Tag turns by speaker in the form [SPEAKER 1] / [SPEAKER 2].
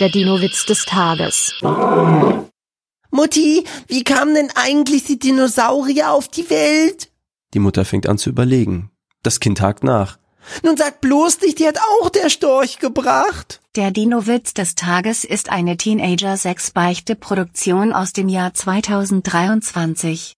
[SPEAKER 1] Der Dino-Witz des Tages.
[SPEAKER 2] Mutti, wie kamen denn eigentlich die Dinosaurier auf die Welt?
[SPEAKER 3] Die Mutter fängt an zu überlegen. Das Kind hakt nach.
[SPEAKER 2] Nun sag bloß nicht, die hat auch der Storch gebracht.
[SPEAKER 4] Der Dino-Witz des Tages ist eine Teenager-6-Beichte-Produktion aus dem Jahr 2023.